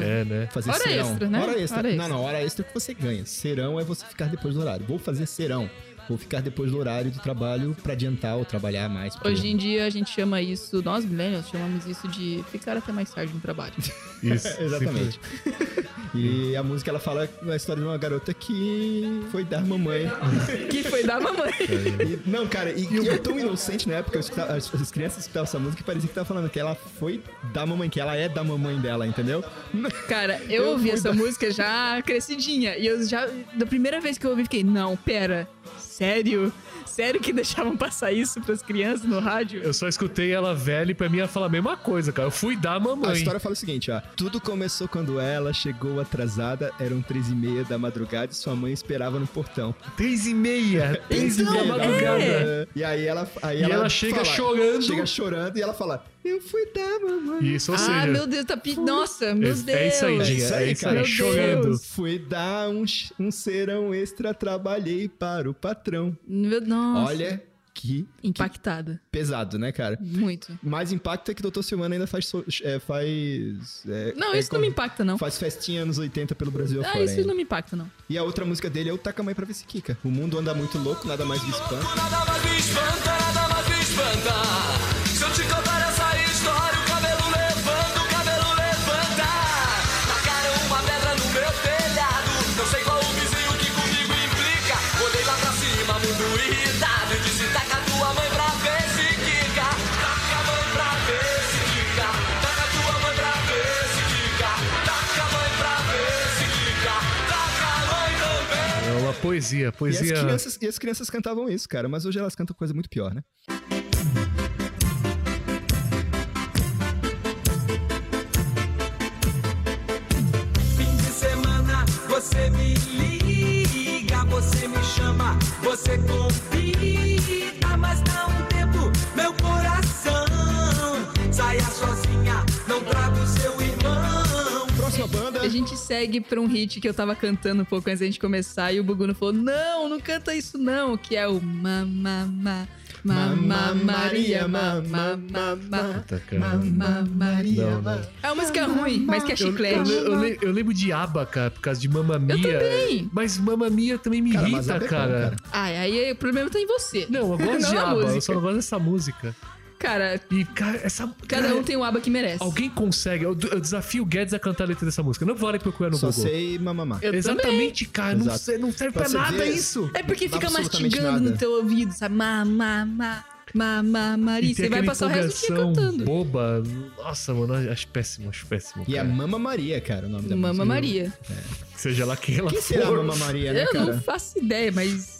S3: É, né?
S4: Fazer
S2: Hora
S4: serão.
S2: extra, né?
S4: Hora extra.
S2: Hora extra.
S4: Não, não, hora extra é que você ganha. Serão é você ficar depois do horário. Vou fazer serão. Vou ficar depois do horário do trabalho pra adiantar ou trabalhar mais. porque-
S2: Hoje em dia a gente chama isso, nós millennials chamamos isso de ficar até mais tarde no trabalho.
S3: Isso.
S4: É, Exatamente. E a música ela fala a história de uma garota que foi dar mamãe.
S2: que foi da mamãe.
S4: E- não, cara, e, e eu tão inocente na época, eu escutava- as, as crianças escutavam essa música e parecia que tava falando que ela foi da mamãe, que ela é da mamãe dela, entendeu?
S2: Cara, eu,
S4: Eu
S2: ouvi
S4: fui
S2: essa música já crescidinha. E eu já. Da primeira vez que eu ouvi, fiquei, não, pera. Sério? Sério que deixavam passar isso pras crianças no rádio?
S3: Eu só escutei ela velha e pra mim ela fala a mesma coisa, cara. Eu fui dar mamãe.
S4: A história fala o seguinte, ó. Tudo começou quando ela chegou atrasada, eram três e meia da madrugada e sua mãe esperava no portão.
S3: Três e meia. Três e
S4: Então,
S3: meia da madrugada.
S4: é. E aí ela, aí
S3: E ela chega
S4: fala-
S3: chorando.
S4: Chega chorando e ela fala, eu fui da mamãe.
S3: Isso, ou
S2: ah,
S3: seja...
S2: meu Deus, tá. pi- Nossa, meu Deus.
S3: É isso aí, Dinha. É isso aí.
S2: cara. Meu
S3: Chorando.
S2: Deus.
S4: Fui dar um, ch- um serão extra, trabalhei para o patrão.
S2: Meu, nossa.
S4: Olha que
S2: Impactada.
S4: pesado, né, cara?
S2: Muito.
S4: Mais impacto é que o Dr. Silvano ainda faz. so- é, faz é,
S2: Não,
S4: é
S2: isso não
S4: como-
S2: me impacta, não.
S4: Faz festinha anos 80 pelo Brasil
S2: Ah,
S4: afora.
S2: isso
S4: ainda.
S2: não me impacta, não.
S4: E a outra música dele é o Taca a Mãe pra ver se Kika. O mundo anda muito louco, nada mais me espanta.
S6: Nada mais me espanta, nada mais me espanta. Se eu te contar essa história, o cabelo levanta, o cabelo levanta. Tacaram uma pedra no meu telhado. Não sei qual o vizinho que comigo implica. Olhei lá pra cima, muito irritado. E disse: Taca tua mãe pra ver se quica. Taca a mãe pra ver se quica. Taca tua mãe pra ver se quica. Taca a mãe pra ver se quica. Taca a mãe também.
S3: É uma poesia,
S4: E as,
S3: poesia.
S4: crianças, e as crianças cantavam isso, cara, mas hoje elas cantam coisa muito pior, né?
S6: Fim de semana você me liga, você me chama, você convida, mas dá um tempo, meu coração. Saia sozinha, não trago seu irmão.
S4: Próxima banda.
S2: A gente segue pra um hit que eu tava cantando um pouco antes da gente começar e o Buguno falou: Não, não canta isso não, que é o Mamamá. Mamá Maria, mamá, mamá.
S3: Puta, cara.
S2: Mamá Maria.
S3: Não, não.
S2: É uma música ruim, mas que é
S3: Eu,
S2: chiclete.
S3: le- eu le- eu lembro de Abba, cara, por causa de Mamma Mia.
S2: também.
S3: Mas Mamma Mia também me
S4: Cara, mas
S3: irrita,
S4: Abba é bom,
S3: cara.
S4: cara.
S2: Ai, aí o problema tá em você.
S3: Não, eu gosto de
S2: a
S3: Abba, eu
S2: música.
S3: só não gosto dessa música.
S2: Cara,
S3: E, cara, essa.
S2: cada
S3: cara,
S2: um tem o aba que merece.
S3: Alguém consegue. Eu, eu desafio o Guedes a cantar a letra dessa música. Não vou lá procurar no
S4: Só
S3: Google.
S4: sei mamamá.
S2: Eu também.
S3: Exatamente, cara. Não,
S4: Exato.
S3: sei- não serve
S4: Pra
S3: pra
S4: você
S3: nada
S4: ver-
S3: isso.
S2: É porque fica
S4: Absolutamente
S2: mastigando
S4: nada.
S2: no teu ouvido, sabe? Mamá, mamá, mamá Maria.
S3: E tem
S2: Você vai
S3: aquela
S2: passar o resto do dia
S3: empolgação
S2: cantando.
S3: boba. Nossa, mano, acho péssimo, acho péssimo.
S4: E é
S3: cara.
S4: Mama Maria, cara, o nome da
S2: Mamá
S4: música.
S2: Maria.
S3: Seja lá quem ela
S4: Quem
S3: for.
S4: será a Mama Maria, né,
S2: Eu
S4: cara?
S2: não faço ideia, mas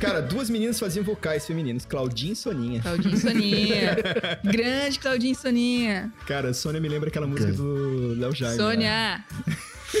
S4: Cara, duas meninas faziam vocais femininos, Claudinha e Soninha.
S2: Claudinho e Soninha. Grande Claudinho e Soninha.
S4: Cara, Sônia me lembra aquela
S3: Tá.
S4: música do Léo Jaime. né?
S2: Sônia!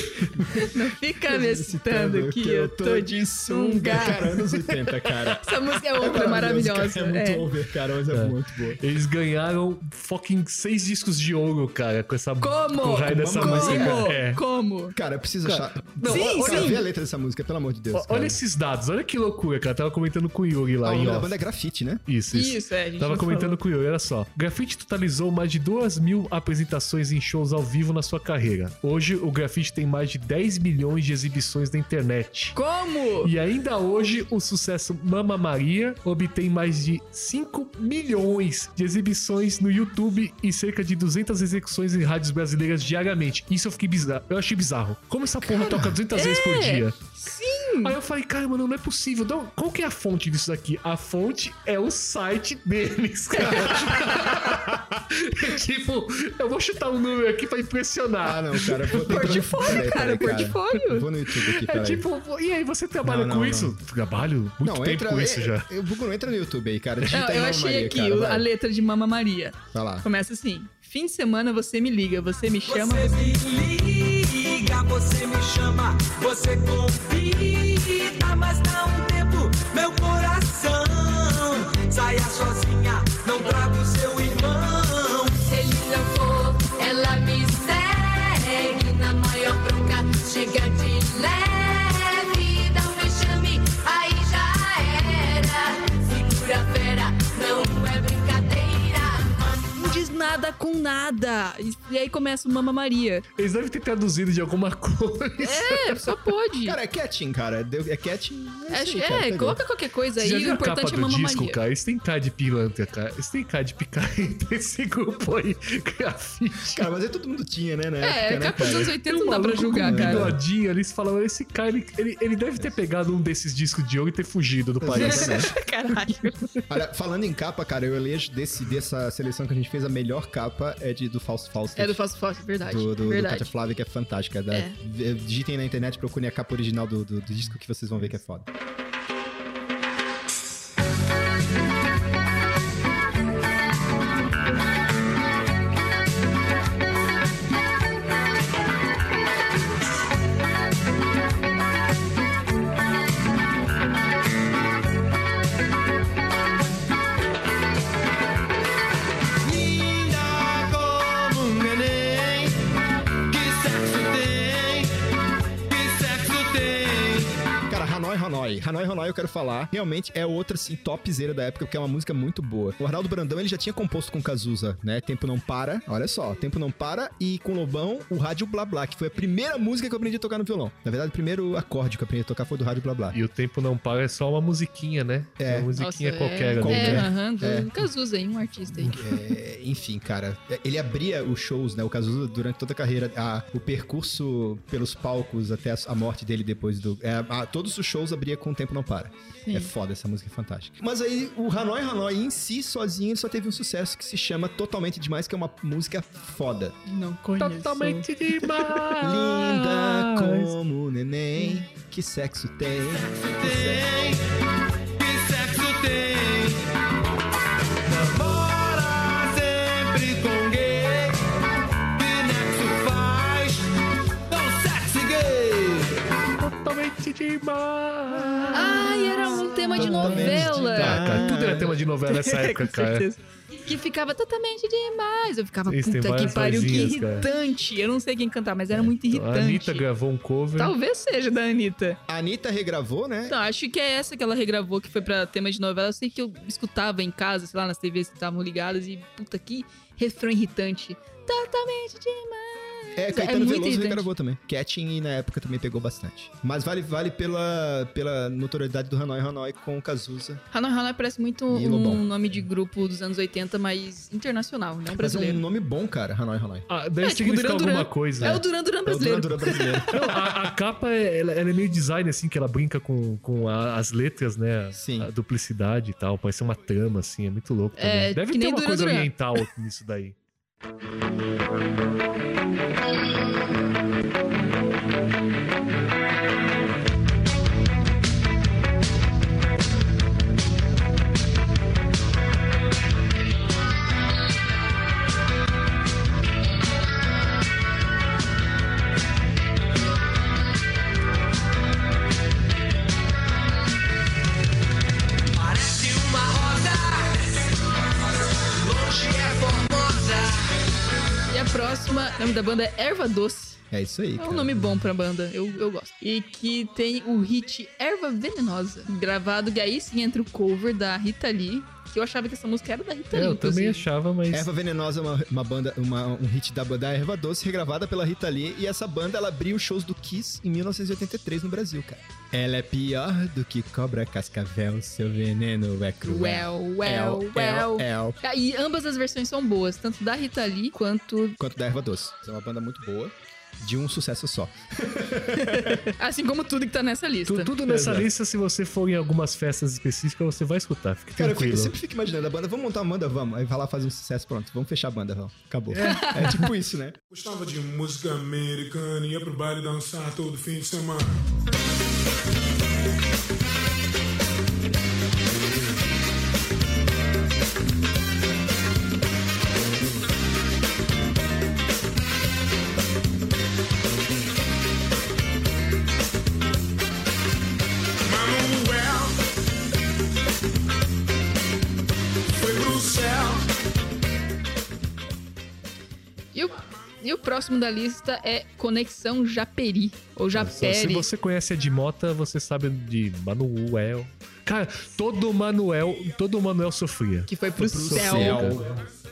S2: Não fica me citando que eu tô de sunga.
S4: Cara, anos 80, cara.
S2: Essa música é outra
S4: maravilhoso,
S2: maravilhosa.
S4: cara, É muito
S2: é.
S4: over, cara, mas é, muito boa.
S3: Eles ganharam fucking seis discos de ouro, cara, com essa
S2: Como?
S3: com o raio dessa
S4: Como?
S3: música. É.
S2: Como?
S4: Cara, eu preciso achar.
S3: não,
S4: sim,
S3: olha-
S4: cara,
S3: sim.
S4: vê a letra dessa música, pelo amor de Deus.
S3: Ó,
S4: cara.
S3: Olha esses dados, olha que loucura, cara. Tava comentando com o Yuri
S4: Ah,
S3: lá
S4: o
S3: em
S4: nome da
S3: off.
S4: banda é grafite, né?
S3: Isso, isso.
S2: Isso, é, a gente
S3: Tava
S2: não
S3: comentando
S2: falou.
S3: com o Yuri, olha só. Grafite totalizou mais de 2 mil apresentações em shows ao vivo na sua carreira. Hoje, o grafite tem mais de 10 milhões de exibições na internet.
S2: Como?
S3: E ainda hoje, o sucesso Mama Maria obtém mais de 5 milhões de exibições no YouTube e cerca de 200 execuções em rádios brasileiras diariamente. Isso eu fiquei bizarro. Eu achei bizarro. Como essa porra toca 200 vezes por dia?
S2: Sim!
S3: Aí eu falei, cara, mano, não é possível. Não, qual que é a fonte disso daqui? A fonte é o site deles, cara. tipo, eu vou chutar um número aqui pra
S4: Ah,
S3: impressionar.
S4: não, cara. eu Vou
S2: Portfólio, cara, portfólio.
S4: Vou no YouTube aqui,
S3: é
S4: peraí.
S3: tipo, e aí, você trabalha
S4: Não,
S3: com
S4: não,
S3: isso?
S4: não.
S3: Trabalho muito
S4: não,
S3: tempo
S4: entra,
S3: com
S4: é-
S3: isso já.
S4: Eu, Bugo, não entra no YouTube aí, cara. Digita
S2: Não,
S4: aí
S2: eu
S4: Mama
S2: achei
S4: Maria,
S2: aqui
S4: cara,
S2: o-
S4: vai.
S2: a letra de Mama Maria.
S4: Vai lá.
S2: Começa assim. Fim de semana você me liga, você me chama.
S6: Você me liga, você me chama, você convida, mas dá um tempo, meu coração. Saia sozinha, não trago seu irmão.
S1: Se ele não for, ela me segue na maior bronca. Chega de leve, dá um vexame, aí já era. Segura a fera, não é brincadeira.
S2: Não diz nada com nada. E- E aí começa o Mama Maria.
S3: Eles devem ter traduzido de alguma coisa.
S2: É, só pode.
S4: Cara, é catching, cara. Deu- É catching.
S2: É,
S4: assim, cara,
S2: é,
S4: pegou.
S2: coloca qualquer coisa aí,
S3: Você já
S2: o
S3: viu a capa
S2: importante é
S3: do
S2: Mama
S3: disco,
S2: Maria.
S3: cara? Eles têm cara de pilantra, cara. Eles têm cara de picareta esse grupo aí. Grafite.
S4: Cara, mas aí todo mundo tinha, né? Na
S2: É,
S4: época, né,
S2: capa dos
S4: cara?
S2: anos 80 não dá pra
S3: maluco
S2: julgar,
S3: com um
S2: cara.
S3: bigodinho ali, você fala, esse cara, ele, ele, ele deve ter pegado um desses discos de ouro e ter fugido do país. né?
S4: é.
S2: Caralho.
S4: Olha, falando em capa, cara, eu elejo desse, dessa seleção que a gente fez, a melhor capa é de, do Fausto Fausto.
S2: É do Fausto Fausto, verdade.
S4: do, do, do Katia
S2: verdade.
S4: Flávia, que é fantástica. Da,
S2: É.
S4: v- Digitem na internet, procurem a capa original do, do- do disco que vocês vão ver que é foda.
S6: Linda como um neném, que sexo tem, que sexo tem.
S4: Cara, Hanoi Hanoi. Hanoi Hanoi, eu quero falar. Realmente é outra, assim, topzera da época, porque é uma música muito boa. O Arnaldo Brandão, ele já tinha composto com Cazuza, né? Tempo Não Para. Olha só, Tempo Não Para e com Lobão, o Rádio Blá Blá, que foi a primeira música que eu aprendi a tocar no violão. Na verdade, o primeiro acorde que eu aprendi a tocar foi do Rádio Blá Blá.
S3: E o tempo não para, é só uma musiquinha, né?
S4: É.
S3: Uma musiquinha
S2: Nossa,
S3: qualquer
S2: é,
S3: ali.
S2: É,
S3: né?
S2: aham, do Cazuza aí, um artista aí.
S4: É, enfim, cara, ele abria os shows, né? O Cazuza, durante toda a carreira, a- o percurso pelos palcos até a, a morte dele depois do. é, a- todos os shows abria com o tempo não para. É foda, essa música é fantástica. Mas aí, o Hanoi Hanoi em si, sozinho, ele só teve um sucesso que se chama Totalmente Demais, que é uma música foda.
S2: Não conheço.
S3: Totalmente demais.
S4: Linda como um neném, que sexo tem. Que sexo
S6: Tem, que sexo tem. Namora sempre com gay, que nexo faz, tão sexy gay.
S3: Totalmente demais.
S2: Ai, era um tema de novela.
S3: Ah, cara, tudo era tema de novela nessa época,
S2: Com
S3: cara.
S2: certeza. Que ficava totalmente demais. Eu ficava,
S3: Eles têm
S2: puta que
S3: várias
S2: pariu, que
S3: vozinhas, cara.
S2: irritante. Eu não sei quem cantar, mas era muito
S3: A
S2: irritante.
S3: Anitta gravou um cover.
S2: Talvez seja da Anitta.
S4: A Anitta regravou, né?
S2: Não, acho que é essa que ela regravou, que foi pra tema de novela. Eu sei que eu escutava em casa, sei lá, nas TVs que estavam ligadas e, puta, que refrão irritante. Totalmente demais.
S4: É, Caetano
S2: muito
S4: Veloso
S2: irritante.
S4: regravou também. Catching e na época também pegou bastante. Mas vale, vale pela, pela notoriedade do Hanoi Hanoi com o Cazuza. é um
S2: Hanoi Hanoi parece muito
S4: E
S2: um
S4: Lobão.
S2: nome de grupo dos anos 80, mas internacional, não
S4: Mas é um
S2: brasileiro.
S4: nome bom, cara, Hanoi Hanoi.
S3: Ah, deve
S2: É, tipo,
S3: significar
S2: Duran Duran.
S3: alguma coisa. né?
S2: É o Duran Duran brasileiro.
S4: É o Duran Duran brasileiro.
S3: Não, a, a capa, é- ela, ela é meio design, assim, que ela brinca com, com a- as letras, né?
S4: Sim.
S3: A duplicidade e tal. Parece uma trama, assim, é muito louco.
S2: É,
S3: também. Deve
S2: que
S3: ter
S2: nem
S3: uma
S2: Duran
S3: coisa
S2: Duran.
S3: oriental nisso daí.
S6: Totalmente demais.
S2: O nome da banda é Erva Doce.
S4: É isso aí.
S2: É
S4: cara.
S2: um nome bom pra banda, eu, eu gosto. E que tem o hit Erva Venenosa, gravado, que aí sim entra o cover da Rita Lee, que eu achava que essa música era da Rita
S3: É,
S2: Lee.
S3: eu também
S2: inclusive.
S3: achava, mas.
S4: Erva Venenosa é uma, uma banda, uma- um hit da banda Erva Doce, regravada pela Rita Lee, e essa banda ela abriu os shows do Kiss em 1983 no Brasil, cara. Ela é pior do que cobra cascavel, seu veneno é cruel. É
S2: Well, well,
S4: El,
S2: well. Ah,
S4: el, el.
S2: E ambas as versões são boas, tanto da Rita Lee quanto.
S4: Quanto da Erva Doce. É uma banda muito boa, de um sucesso só.
S2: Assim como tudo que tá nessa lista.
S3: Tu- tudo nessa
S4: Exato.
S3: lista, se você for em algumas festas específicas, você vai escutar. Fica
S4: Cara, eu, fico-
S3: tranquilo.
S4: eu sempre fico imaginando a banda, vamos montar uma banda, vamos. Aí vai lá fazer um sucesso, pronto, vamos fechar a banda, vamos. Acabou. É, tipo isso, né?
S5: Gostava de música americana, ia pro baile dançar todo fim de semana. Manuel foi pro céu.
S2: E o, e o próximo da lista é Conexão Japeri, ou
S3: Só Se
S2: Japeri.
S3: você conhece a de Mota, você sabe de Manuel. Cara, todo Manuel, todo Manuel sofria.
S2: Que foi pro céu.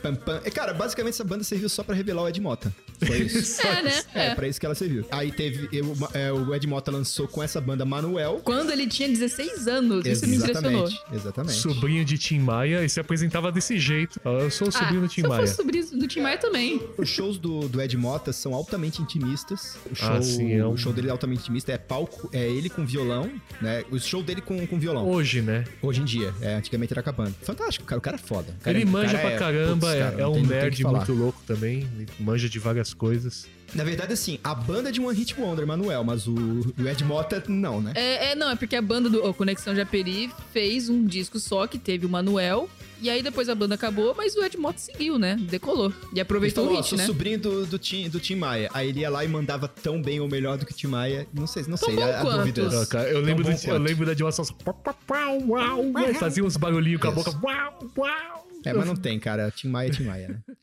S4: Pam, pam. É, cara, basicamente essa banda serviu só pra revelar o Ed Mota. Foi isso.
S2: É, né?
S4: É,
S2: É.
S4: pra isso que ela serviu. Aí teve. eu- é, o Ed Mota lançou com essa banda Manuel.
S2: Quando ele tinha 16 anos, isso me impressionou.
S4: Exatamente. Exatamente.
S3: Sobrinho de Tim Maia e se apresentava desse jeito. Ah, Eu sou o sobrinho do
S2: se
S3: Tim
S2: eu
S3: Maia.
S2: fosse sobrinho do Tim Maia também.
S4: Os shows do, do Ed Mota são altamente intimistas. O show,
S3: Ah, sim, é um-
S4: o show dele é altamente intimista. É palco, é ele com violão, né? O show dele com, com violão.
S3: Hoje, né?
S4: Hoje em dia. É, antigamente era acabando. Fantástico, cara. O cara é foda. O cara-
S3: ele
S4: o
S3: manja
S4: cara
S3: pra
S4: é-
S3: caramba,
S4: putz,
S3: é-
S4: cara,
S3: é,
S4: não tem-
S3: um
S4: não tem o que
S3: nerd
S4: falar.
S3: muito louco também, ele manja de várias coisas.
S4: Na verdade, assim, a banda de One Hit Wonder, Manuel, mas o, o Ed Mota, não, né?
S2: É, é, não, é porque a banda do ó, Conexão Japeri fez um disco só que teve o Manuel. E aí depois a banda acabou, mas o Ed Motta seguiu, né? Decolou. E
S4: Ele
S2: aproveitou
S4: falou,
S2: o
S4: ó,
S2: hit,
S4: sou
S2: né?
S4: sobrinho do, do, Tim, do Tim Maia. Aí ele ia lá e mandava tão bem ou melhor do que o Tim Maia. Não sei, não
S2: Tão
S4: sei,
S2: bom
S4: há há
S2: quanto.
S4: dúvidas.
S3: Ah, cara, eu, lembro
S4: Tão bom
S3: do- eu
S4: quanto.
S3: lembro da Dilma só. pau, pau, pau, uau, uau, Fazia uns barulhinhos com a boca. Uau, uau.
S4: É, mas não tem, cara. Tim Maia é Tim Maia, né?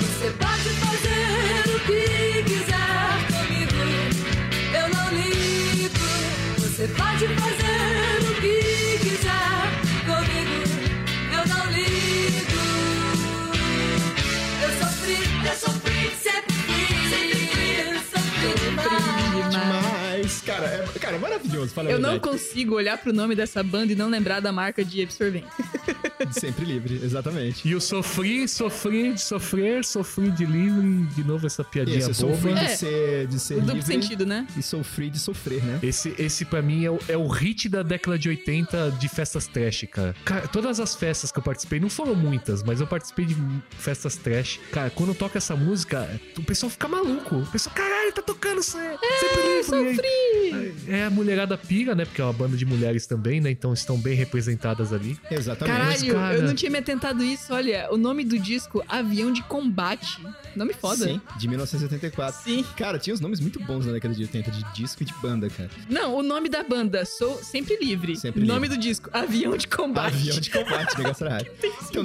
S1: Você pode fazer o que quiser comigo, eu não ligo. Você pode fazer o que quiser comigo, eu não ligo. Eu sofri, eu sofri, sempre fui, sempre fui, sofri demais.
S4: Mas, cara, é, cara, maravilhoso. Fala a
S2: Eu não
S4: verdade.
S2: consigo olhar pro nome dessa banda e não lembrar da marca de absorvente.
S4: Sempre livre, exatamente.
S3: E eu sofri, sofri de sofrer, sofri de livre, de novo essa piadinha
S4: Esse, um eu sou free
S3: boba.
S4: de
S2: É.
S4: ser, de ser
S2: Duplo
S4: livre
S2: sentido, né?
S4: e sou free de sofrer, né?
S3: Esse, esse pra mim é o, é o hit da década de 80 de festas trash, cara. Cara, todas as festas que eu participei, não foram muitas, mas eu participei de festas trash. Cara, quando toca essa música, o pessoal fica maluco. O pessoal, caralho, tá tocando isso. É, sempre livre. É a mulherada pira, né? Porque é uma banda de mulheres também, né? Então estão bem representadas ali.
S4: Exatamente.
S2: Caralho,
S3: cara-
S2: eu não tinha me atentado isso. Olha, o nome do disco, Avião de Combate. Nome foda.
S4: Sim, de 1974.
S2: Sim.
S4: Cara, tinha uns nomes muito bons na década de 80, de disco e de banda, cara.
S2: Não, o nome da banda, Sou Sempre Livre.
S4: Sempre
S2: nome do disco, Avião de Combate.
S4: Avião de combate, Mega Ferrari. Então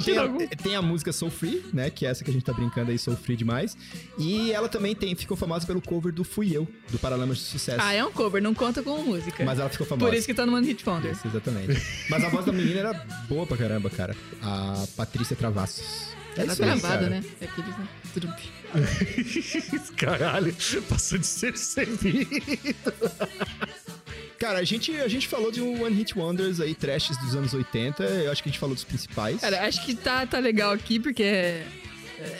S4: tem
S2: sentido algum.
S4: a, tem a música Soul Free, né? Que é essa que a gente tá brincando aí, Soul Free demais. E ela também tem, ficou famosa pelo cover do Fui Eu, do Paralamas de Sucesso.
S2: Ah, é um cover, não conta com música.
S4: Mas ela ficou famosa.
S2: Por isso que tá no One Hit Wonder.
S4: Isso, exatamente. Mas a voz da menina era boa pra caramba, cara. A Patrícia Travassos. É
S2: Ela
S4: isso
S2: tá
S4: aí,
S2: gravada,
S4: cara.
S2: né? É aqueles, né? Tudo bem.
S3: Caralho, passou de ser servido.
S4: Cara, a gente, a gente falou de um One Hit Wonders aí, trashes dos anos 80. Eu acho que a gente falou dos principais.
S2: Cara, acho que tá, tá legal aqui, porque é,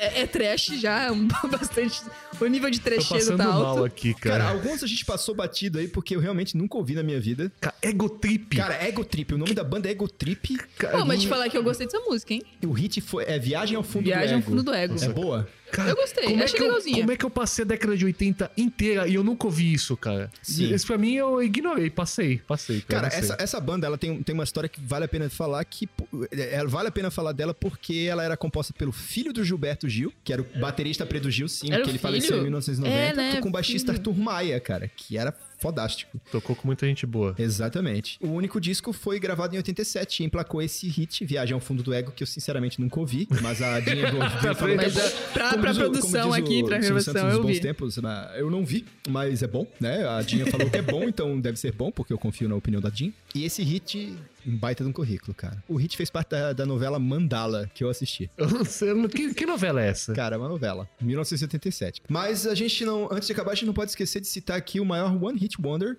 S2: é, é trash já, um, bastante. O nível de
S3: Tô
S2: trecheiro
S3: passando
S2: tá alto.
S3: mal aqui,
S4: Cara,
S3: cara.
S4: alguns a gente passou batido aí porque eu realmente nunca ouvi na minha vida.
S3: Cara, ego trip.
S4: Cara, Ego Trip. O nome da banda é Ego Trip.
S2: Pô, mas te falar que eu gostei dessa música, hein?
S4: O hit foi, é Viagem ao Fundo
S2: Viagem
S4: do
S2: ao
S4: Ego.
S2: Fundo do Ego.
S4: É boa?
S3: Cara,
S2: Eu gostei,
S3: como
S2: achei
S3: é que
S2: legalzinha.
S3: Eu, como é que eu passei a década de 80 inteira e eu nunca ouvi isso, cara?
S4: Sim.
S3: Isso pra mim eu ignorei, passei, passei.
S4: Cara,
S3: eu não sei.
S4: essa, essa banda, ela tem, tem uma história que vale a pena falar que... pô, é, é, vale a pena falar dela porque ela era composta pelo filho do Gilberto Gil, que era o baterista Preto Gil, sim,
S2: Era o
S4: que ele
S2: filho?
S4: faleceu em 1990,
S2: É, né?
S4: com o baixista
S2: Filho.
S4: Arthur Maia, cara, que era fodástico.
S3: Tocou com muita gente boa.
S4: Exatamente. O único disco foi gravado em 87 e emplacou esse hit, Viagem ao Fundo do Ego, que eu sinceramente nunca ouvi, mas a Dinha Gordinho falou
S2: Mas,
S4: que é
S2: é,
S4: bom.
S2: pra-
S4: Como
S2: pra
S4: diz o- como
S2: produção
S4: diz o
S2: aqui, pra
S4: Silvio
S2: gravação,
S4: Santos nos
S2: eu
S4: bons
S2: vi.
S4: tempos, né, eu não vi, mas é bom, né? A Dinha falou que é bom, então deve ser bom, porque eu confio na opinião da Dinha. E esse hit, um baita de um currículo, cara. O hit fez parte da, da novela Mandala, que eu assisti.
S3: Eu não sei, eu não- que, que novela é essa?
S4: Cara, é uma novela, 1977. Mas a gente não, antes de acabar, a gente não pode esquecer de citar aqui o maior One Hit Wonder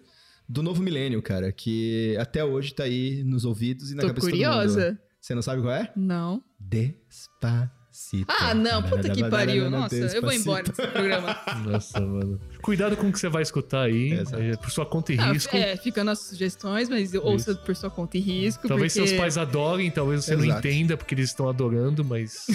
S4: do novo milênio, cara, que até hoje tá aí nos ouvidos e na
S2: Tô
S4: cabeça de todo mundo.
S2: curiosa.
S4: Você não sabe qual é?
S2: Não.
S4: Despacito.
S2: Ah, não, puta que pariu. Nossa, eu vou
S4: Despacito.
S2: embora desse programa.
S3: Nossa, mano. Cuidado com o que você vai escutar aí,
S4: Exato.
S3: é, por sua conta e
S2: Ah,
S3: risco.
S2: é, ficam nossas sugestões, mas ouça por sua conta e risco.
S3: Talvez
S2: porque...
S3: seus pais adorem, talvez você não
S4: Exato.
S3: entenda porque eles estão adorando, mas.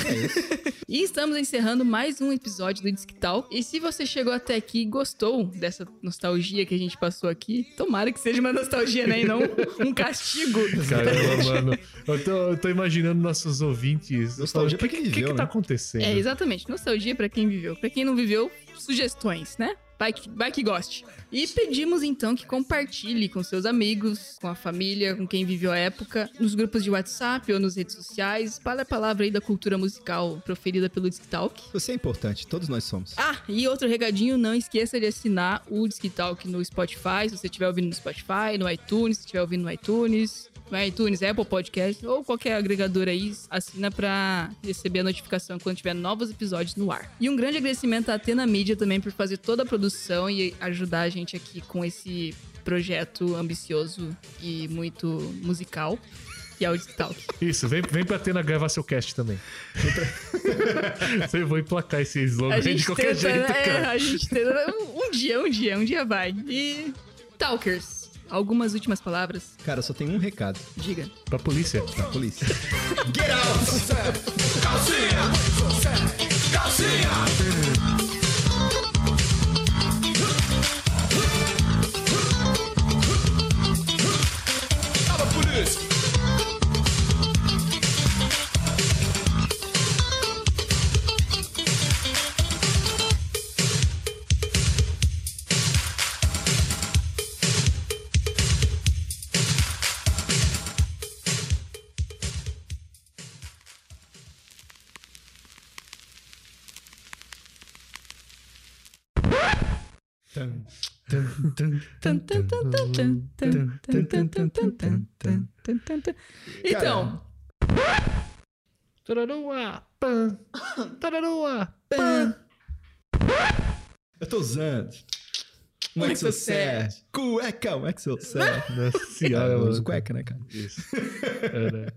S2: E estamos encerrando mais um episódio do Disquital. E se você chegou até aqui e gostou dessa nostalgia que a gente passou aqui, tomara que seja uma nostalgia, né? E não um castigo.
S3: Caramba, mano. Eu tô, eu tô imaginando nossos ouvintes. falando,
S4: Nostalgia pra quem
S3: que, que,
S4: viveu,
S3: que tá
S4: né?"
S3: acontecendo?
S2: É, exatamente. Nostalgia pra quem viveu. Pra quem não viveu, sugestões, né? Vai que, vai que goste. E pedimos então que compartilhe com seus amigos, com a família, com quem viveu a época, nos grupos de WhatsApp ou nas redes sociais. Espalhe a palavra aí da cultura musical proferida pelo Disc Talk.
S4: Você é importante, todos nós somos.
S2: Ah, e outro recadinho, não esqueça de assinar o Disque Talk no Spotify, se você estiver ouvindo no Spotify, no iTunes, se estiver ouvindo no iTunes, no iTunes, Apple Podcast ou qualquer agregador aí, assina pra receber a notificação quando tiver novos episódios no ar. E um grande agradecimento à Atena Mídia também por fazer toda a produção e ajudar a gente aqui com esse projeto ambicioso e muito musical, que é o Disque Talk.
S3: Isso, vem, vem pra Atena gravar seu cast também. eu vou emplacar esse slogan aí de qualquer jeito,
S2: né? É,
S3: cara.
S2: a gente tenta. Um, um dia, um dia, um dia vai. E. Talkers, algumas últimas palavras,
S4: Cara, só tem um recado
S2: diga.
S3: Pra polícia.
S4: pra polícia.
S5: Fala, polícia!
S2: Então,
S3: Tararua, pã. Tararua.
S4: Eu tô usando. Um
S2: Um
S4: Exocet. Cueca, um Exocet.
S3: Nossa
S4: Cara,
S3: senhora,
S4: eu uso
S3: mano.
S4: cueca, né, cara?
S3: Isso. É, né?